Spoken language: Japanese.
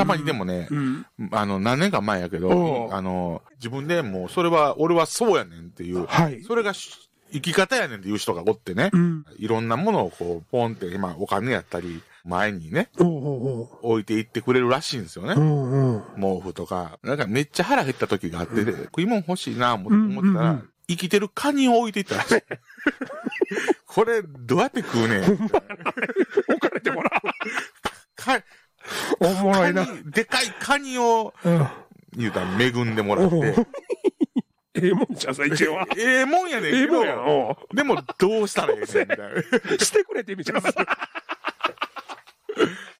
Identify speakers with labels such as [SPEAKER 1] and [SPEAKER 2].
[SPEAKER 1] たまにでもね、
[SPEAKER 2] うん。
[SPEAKER 1] あの、何年か前やけ
[SPEAKER 2] お
[SPEAKER 1] ど、
[SPEAKER 2] う
[SPEAKER 1] あの、自分でもう、それは、俺はそうやねんっていう、
[SPEAKER 2] はい
[SPEAKER 1] それがし生き方やねんっていう人がおってね、
[SPEAKER 2] うん。
[SPEAKER 1] いろんなものをこう、ポンって、今、お金やったり、前にね、
[SPEAKER 2] おう
[SPEAKER 1] 置いていってくれるらしいんですよね。
[SPEAKER 2] おうおう。うんうん。
[SPEAKER 1] 毛布とか、なんかめっちゃ腹減った時があって、食い物欲しいな、思
[SPEAKER 2] うんうんうん
[SPEAKER 1] 思ってたら、生きてるカニを置いていったらしい。これ、どうやって食うねん。置かれてもらう。か
[SPEAKER 2] おもろいな
[SPEAKER 1] カ。ニでかいカニを、
[SPEAKER 2] うん。
[SPEAKER 1] 言うたら恵んでもらっ
[SPEAKER 2] お
[SPEAKER 1] て
[SPEAKER 2] う。ええもんじゃん、最 近は。
[SPEAKER 1] ええもんやねん
[SPEAKER 2] ええ
[SPEAKER 1] けど
[SPEAKER 2] もんやん。おう
[SPEAKER 1] でも、どうしたらええねんみたいな。
[SPEAKER 2] してくれてみちゃう。